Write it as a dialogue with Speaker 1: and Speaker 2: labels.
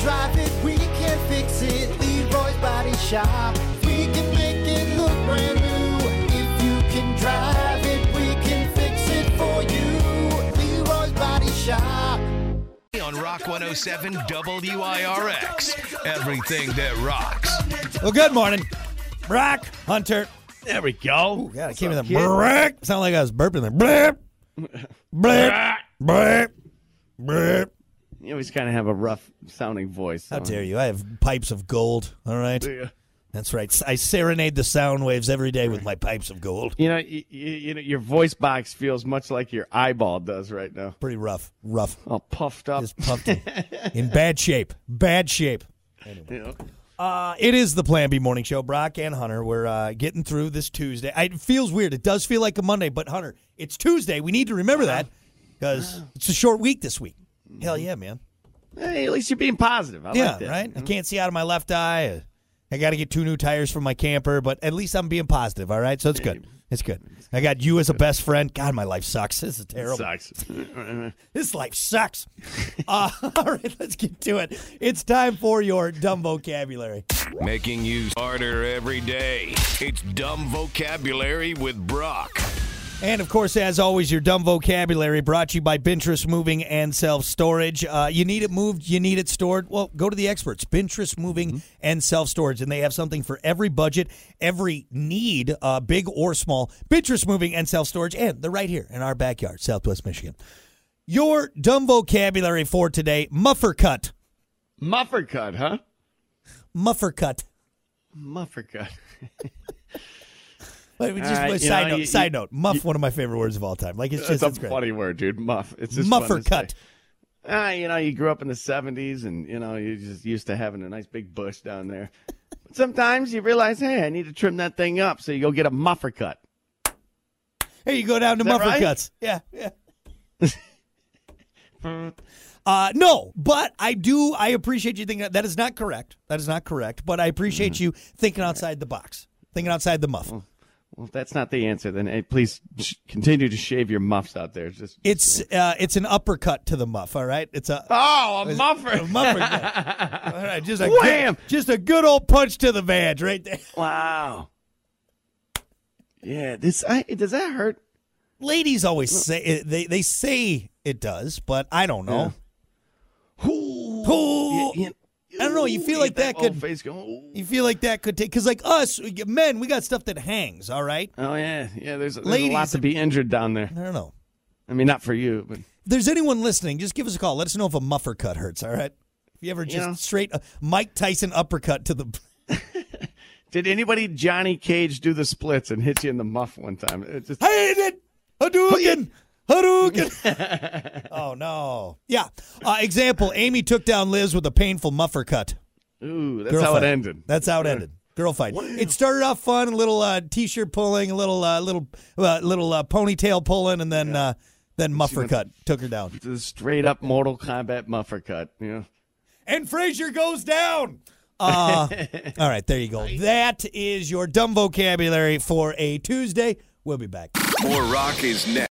Speaker 1: drive it, we can fix it. Leroy's Body Shop. We can make it look brand new. If you can drive it, we can fix it for you. Leroy's Body Shop.
Speaker 2: on Rock 107 WIRX. Everything that rocks.
Speaker 3: Well, good morning, Brock Hunter.
Speaker 4: There we go.
Speaker 3: God, I came in the Brock. Sound like I was burping there. Blip, blip, blip, blip.
Speaker 4: You always kind of have a rough sounding voice.
Speaker 3: How dare you? I have pipes of gold. All right,
Speaker 4: you?
Speaker 3: that's right. I serenade the sound waves every day with my pipes of gold.
Speaker 4: You know, you, you know, your voice box feels much like your eyeball does right now.
Speaker 3: Pretty rough, rough.
Speaker 4: All puffed up.
Speaker 3: Just pumped in, in bad shape. Bad shape.
Speaker 4: you know.
Speaker 3: Uh, it is the Plan B Morning Show. Brock and Hunter, we're uh, getting through this Tuesday. I, it feels weird. It does feel like a Monday, but Hunter, it's Tuesday. We need to remember that because it's a short week this week. Hell yeah, man.
Speaker 4: Hey, at least you're being positive. I
Speaker 3: yeah,
Speaker 4: like that. Mm-hmm.
Speaker 3: right? I can't see out of my left eye. I got to get two new tires for my camper, but at least I'm being positive, all right? So it's good. It's good. I got you as a best friend. God, my life sucks. This is terrible.
Speaker 4: Sucks.
Speaker 3: This life sucks. uh, all right, let's get to it. It's time for your dumb vocabulary.
Speaker 2: Making you smarter every day. It's Dumb Vocabulary with Brock.
Speaker 3: And of course, as always, your dumb vocabulary brought to you by Bintress Moving and Self Storage. Uh, you need it moved, you need it stored. Well, go to the experts, Bintress Moving and Self Storage, and they have something for every budget, every need, uh, big or small. Bintress Moving and Self Storage, and they're right here in our backyard, Southwest Michigan. Your dumb vocabulary for today: muffer cut,
Speaker 4: Muffer cut, huh?
Speaker 3: muffer cut.
Speaker 4: Muffer cut.
Speaker 3: Wait, we
Speaker 4: All
Speaker 3: just
Speaker 4: right, Uh, you
Speaker 3: side
Speaker 4: know,
Speaker 3: note.
Speaker 4: you-
Speaker 3: side note. Muff, one of my favorite words of all time. Like it's
Speaker 4: It's
Speaker 3: just
Speaker 4: a
Speaker 3: it's great.
Speaker 4: funny word, dude. Muff. It's just fun
Speaker 3: Muffer
Speaker 4: to say.
Speaker 3: cut.
Speaker 4: Ah, you know, you grew up in the '70s, and you know, you're just used to having a nice big bush down there. But sometimes you realize, hey, I need to trim that thing up, so you go get a muffer cut.
Speaker 3: Hey, you go down to
Speaker 4: that
Speaker 3: muffer
Speaker 4: right?
Speaker 3: cuts. Yeah, yeah. Uh, no, but I do. I appreciate you thinking that is not correct. That is not correct. But I appreciate you thinking outside the box, thinking outside the muff.
Speaker 4: Well, if that's not the answer, then hey, please sh- continue to shave your muffs out there. Just
Speaker 3: It's uh, it's an uppercut to the muff. All right, it's a,
Speaker 4: oh, a
Speaker 3: a
Speaker 4: muffer.
Speaker 3: muffer cut. All right, just a
Speaker 4: Wham!
Speaker 3: Good, just a good old punch to the badge right there.
Speaker 4: Wow. Yeah, this I, does that hurt?
Speaker 3: Ladies always say it, they they say it does, but I don't know.
Speaker 4: Ooh.
Speaker 3: Ooh.
Speaker 4: You- you-
Speaker 3: I don't know, you feel
Speaker 4: ooh,
Speaker 3: like
Speaker 4: get
Speaker 3: that could-
Speaker 4: old face going. ooh.
Speaker 3: You feel like that could take because like us we get- men, we got stuff that hangs. All right,
Speaker 4: Oh yeah, yeah. There's, there's a lot
Speaker 3: Ladies-
Speaker 4: to be injured down there.
Speaker 3: I don't know.
Speaker 4: I mean, not for you, but
Speaker 3: If there's anyone listening, just give us a call. Let us know if a muffer cut hurts. All right. If you ever just
Speaker 4: Yeah.
Speaker 3: straight uh, Mike Tyson uppercut to the.
Speaker 4: did anybody Johnny Cage do the splits and hit you in the muff one time? It just,
Speaker 3: Hey, it Hadouken. Hadouken. oh no. Yeah. Uh, example: Amy took down Liz with a painful muffer cut.
Speaker 4: oow, that's
Speaker 3: Girl
Speaker 4: how
Speaker 3: fight.
Speaker 4: it ended.
Speaker 3: That's how it ended. Girl fight. It started off fun, a little uh, t-shirt pulling, a little uh, little uh, little uh, ponytail pulling, and then uh, then muffer
Speaker 4: went-
Speaker 3: cut took her down.
Speaker 4: The straight up Mortal Kombat muffer cut. You know.
Speaker 3: and Frazier goes down. Uh, all right, there you go. That is your dumb vocabulary for a Tuesday. We'll be back.
Speaker 2: More rock is next.